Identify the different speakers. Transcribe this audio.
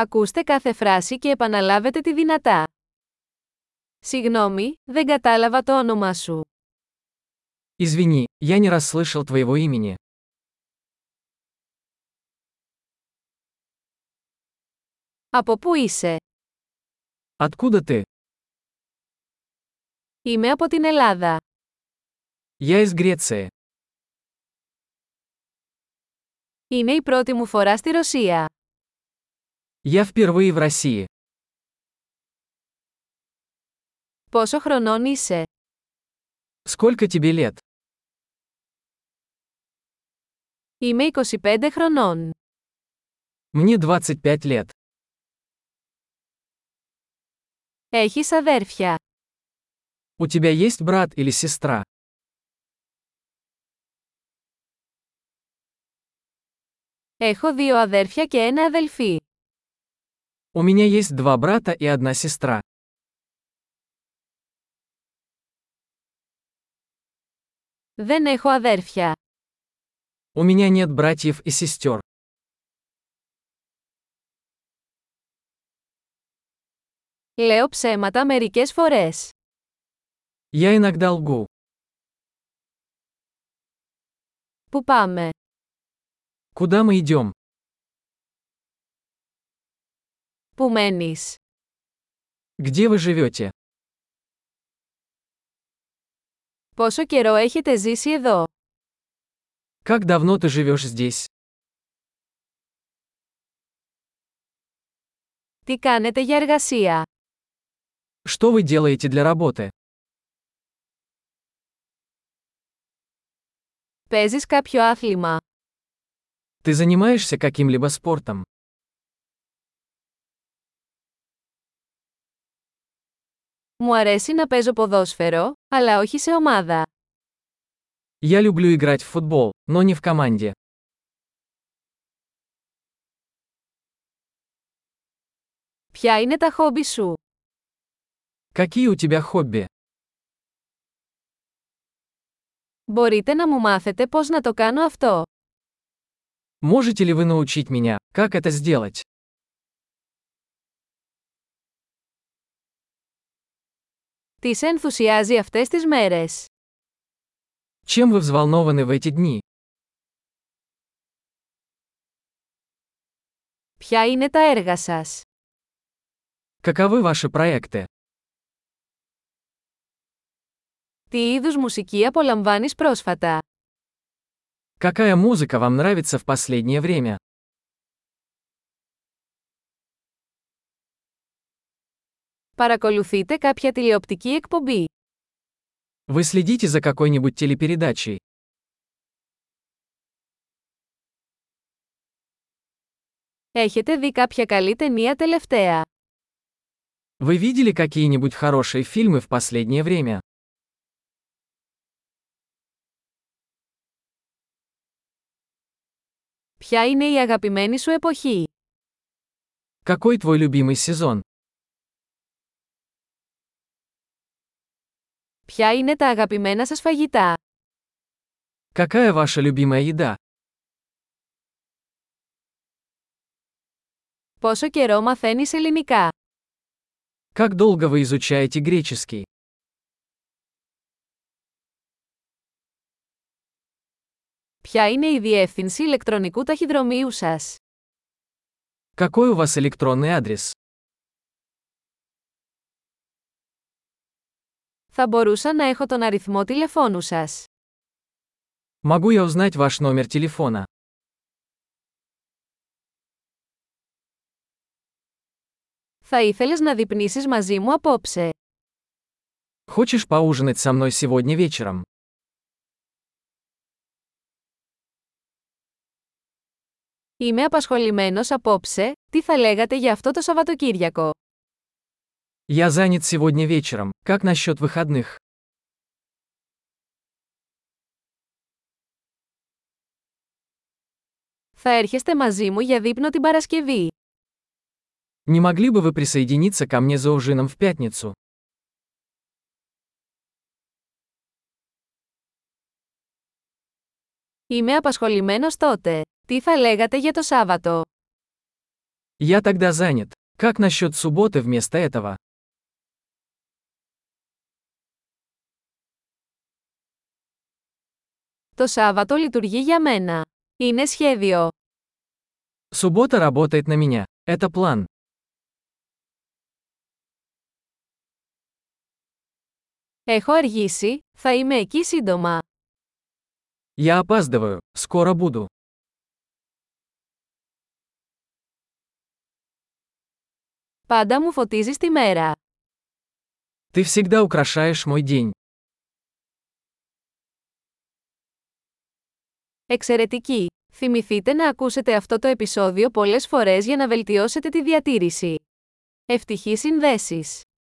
Speaker 1: Ακούστε κάθε φράση και επαναλάβετε τη δυνατά. Συγγνώμη, δεν κατάλαβα το όνομά σου.
Speaker 2: Извини, я не расслышал твоего имени.
Speaker 1: Από πού είσαι?
Speaker 2: Откуда ты?
Speaker 1: Είμαι από την Ελλάδα.
Speaker 2: Я из Греции.
Speaker 1: Είναι η πρώτη μου φορά στη Ρωσία.
Speaker 2: Я впервые в России.
Speaker 1: Πόσο χρονών είσαι?
Speaker 2: Сколько тебе лет?
Speaker 1: Είμαι 25 χρονών.
Speaker 2: Мне 25 лет.
Speaker 1: Έχεις αδέρφια.
Speaker 2: У тебя есть брат или сестра?
Speaker 1: Έχω δύο αδέρφια και ένα αδελφή.
Speaker 2: У меня есть два брата и одна сестра.
Speaker 1: Δεν έχω αδέρφια.
Speaker 2: У меня нет братьев и сестер.
Speaker 1: Λέω ψέματα μερικές φορές.
Speaker 2: Я иногда лгу.
Speaker 1: Πού πάμε?
Speaker 2: Куда мы идем?
Speaker 1: Πού μένεις?
Speaker 2: Где вы живете?
Speaker 1: Πόσο καιρό έχετε ζήσει εδώ?
Speaker 2: Как давно ты живешь здесь?
Speaker 1: Τι κάνετε για εργασία?
Speaker 2: Что вы делаете для работы?
Speaker 1: Παίζεις κάποιο άθλημα?
Speaker 2: Ты занимаешься каким-либо спортом?
Speaker 1: Μου αρέσει να παίζω ποδόσφαιρο, αλλά όχι σε ομάδα.
Speaker 2: Я люблю играть в футбол, но не в команде.
Speaker 1: Ποια είναι τα χόμπι σου?
Speaker 2: Какие у тебя хобби?
Speaker 1: Μπορείτε να μου μάθετε πώς να το κάνω αυτό.
Speaker 2: Можете ли вы научить меня, как это сделать?
Speaker 1: Τις σε ενθουσιάζει αυτές τις μέρες?
Speaker 2: Чем вы взволнованы в эти дни?
Speaker 1: Ποια είναι τα έργα σας?
Speaker 2: Каковы ваши проекты?
Speaker 1: Τι είδους μουσική απολαμβάνεις πρόσφατα?
Speaker 2: Какая музыка вам нравится в последнее время?
Speaker 1: Παρακολουθείτε κάποια τηλεοπτική εκπομπή.
Speaker 2: Вы следите за какой-нибудь телепередачей?
Speaker 1: Έχετε δει κάποια καλή ταινία τελευταία.
Speaker 2: Вы видели какие-нибудь хорошие фильмы в последнее время?
Speaker 1: Ποια είναι η αγαπημένη σου εποχή?
Speaker 2: Какой твой любимый сезон?
Speaker 1: Ποια είναι τα αγαπημένα σας φαγητά?
Speaker 2: Какая ваша любимая еда?
Speaker 1: Πόσο καιρό μαθαίνεις ελληνικά?
Speaker 2: Как долго вы изучаете греческий?
Speaker 1: Ποια είναι η διεύθυνση ηλεκτρονικού ταχυδρομείου σας?
Speaker 2: Какой у вас электронный адрес?
Speaker 1: Θα μπορούσα να έχω τον αριθμό τηλεφώνου σας.
Speaker 2: Могу я узнать ваш номер телефона?
Speaker 1: Θα ήθελες να δείπνήσεις μαζί μου απόψε.
Speaker 2: Хочешь поужинать со мной сегодня вечером?
Speaker 1: Είμαι απασχολημένος απόψε, τι θα λέγατε για αυτό το Σαββατοκύριακο.
Speaker 2: Я занят сегодня вечером. Как насчет выходных?
Speaker 1: Θα έρχεστε μαζί μου για δείπνο την Παρασκευή.
Speaker 2: Не могли бы вы присоединиться ко мне за ужином в пятницу?
Speaker 1: Είμαι απασχολημένος τότε. Τι θα λέγατε για το Σάββατο.
Speaker 2: Я тогда занят. Как насчет субботы вместо этого?
Speaker 1: Το Σάββατο λειτουργεί για μένα. Είναι σχέδιο.
Speaker 2: Суббота работает на меня. Это план.
Speaker 1: Έχω αργήσει, θα είμαι εκεί σύντομα.
Speaker 2: Я опаздываю. Скоро буду.
Speaker 1: Πάντα μου φωτίζεις τη μέρα.
Speaker 2: Ты всегда украшаешь мой день.
Speaker 1: Εξαιρετική! Θυμηθείτε να ακούσετε αυτό το επεισόδιο πολλές φορές για να βελτιώσετε τη διατήρηση. Ευτυχή συνδέσεις!